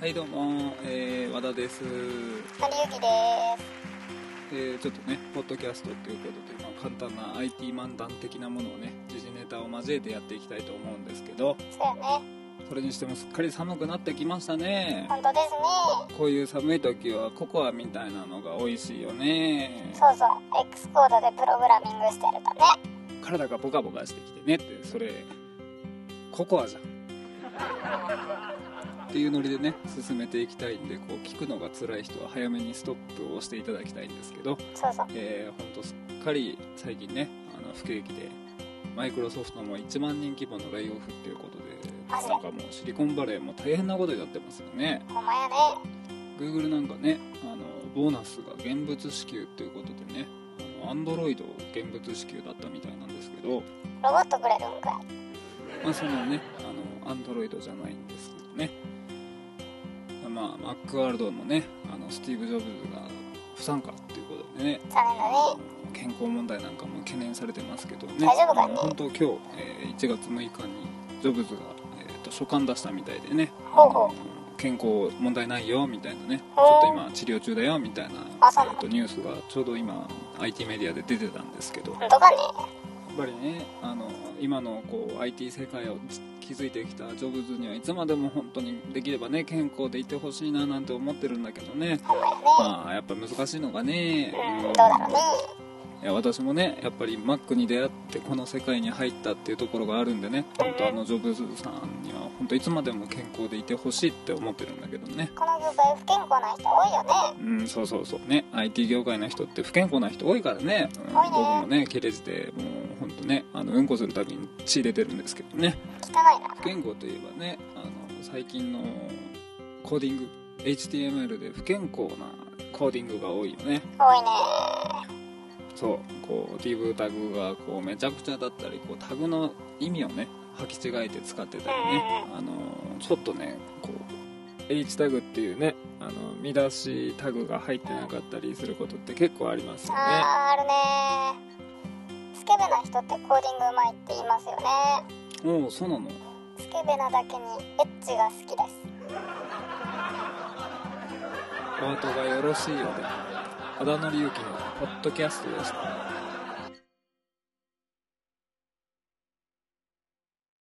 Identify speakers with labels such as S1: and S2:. S1: はいどうも、えー和田です、
S2: 谷ゆきです。
S1: えーちょっとねポッドキャストっていうことで、まあ、簡単な IT 漫談的なものをね時事ネタを交えてやっていきたいと思うんですけど
S2: そうやね。
S1: それにしてもすっかり寒くなってきましたね
S2: 本当ですね。
S1: こういう寒い時はココアみたいなのが美味しいよね
S2: そうそう。X コードでプログラミングしてるとね。
S1: 体がボカボカしてきてねってそれココアじゃんっていうノリでね進めていきたいんでこう聞くのが辛い人は早めにストップを押していただきたいんですけど
S2: そうそう。
S1: えー、ほんとすっかり最近ねあの不景気でマイクロソフトも1万人規模のレイオフっていうこと
S2: あ
S1: で
S2: そう
S1: なんかもうシリコンバレーも大変なことになってますよね
S2: ほんまやね。
S1: Google なんかねあのボーナスが現物支給っていうことでねアンドロイド現物支給だったみたいなんですけど、
S2: ロボットくれるんかい。
S1: まあ、そのねあのアンドロイドじゃないんですけどねまあマックワールドもねあのスティーブ・ジョブズが不参加っていうことでね
S2: 残念だね。
S1: 健康問題なんかも懸念されてますけどね
S2: 大丈夫かね
S1: あの本当今日、えー1月6日にジョブズが、えーと書簡出したみたいでね
S2: ほうほう
S1: あの健康問題ないよみたいなねちょ
S2: へー
S1: っと今治療中だよみたいな、え
S2: あそうなの
S1: ーとニュースがちょうど今 IT メディアで出てたんですけどやっ
S2: 本当かね。
S1: ぱりねあの今のこう IT 世界を築いてきたジョブズにはいつまでも本当にできればね健康でいてほしいななんて思ってるんだけどね
S2: ほんまやね。
S1: まあやっぱ難しいのがね
S2: うん、
S1: う
S2: ど
S1: ん
S2: うだろうね。
S1: いや私もねやっぱり Mac に出会ってこの世界に入ったっていうところがあるんでね本当あのジョブズさんには本当いつまでも健康でいてほしいって思ってるんだけどね
S2: この業界不健康な人多いよね。
S1: うんそうそうそうね IT 業界の人って不健康な人多いからね、うん
S2: 多いね
S1: 僕もね切れ字でもう本当ねあのうんこするたびに血出てるんですけどね
S2: 汚いな。
S1: 不健康といえばねあの最近のコーディング HTML で不健康なコーディングが多いよね
S2: 多いね。
S1: そうこう DV タグがこうめちゃくちゃだったりこうタグの意味をね履き違えて使ってたりね、あのーちょっとねこう H タグっていうねあの見出しタグが入ってなかったりすることって結構ありますよね
S2: あー、あるね。スケベな人ってコーディングうまいって言いますよね。
S1: おおそうなの
S2: スケベなだけにエッチが好きです。
S1: お後がよろしいようで和田紀之のポッドキャストでした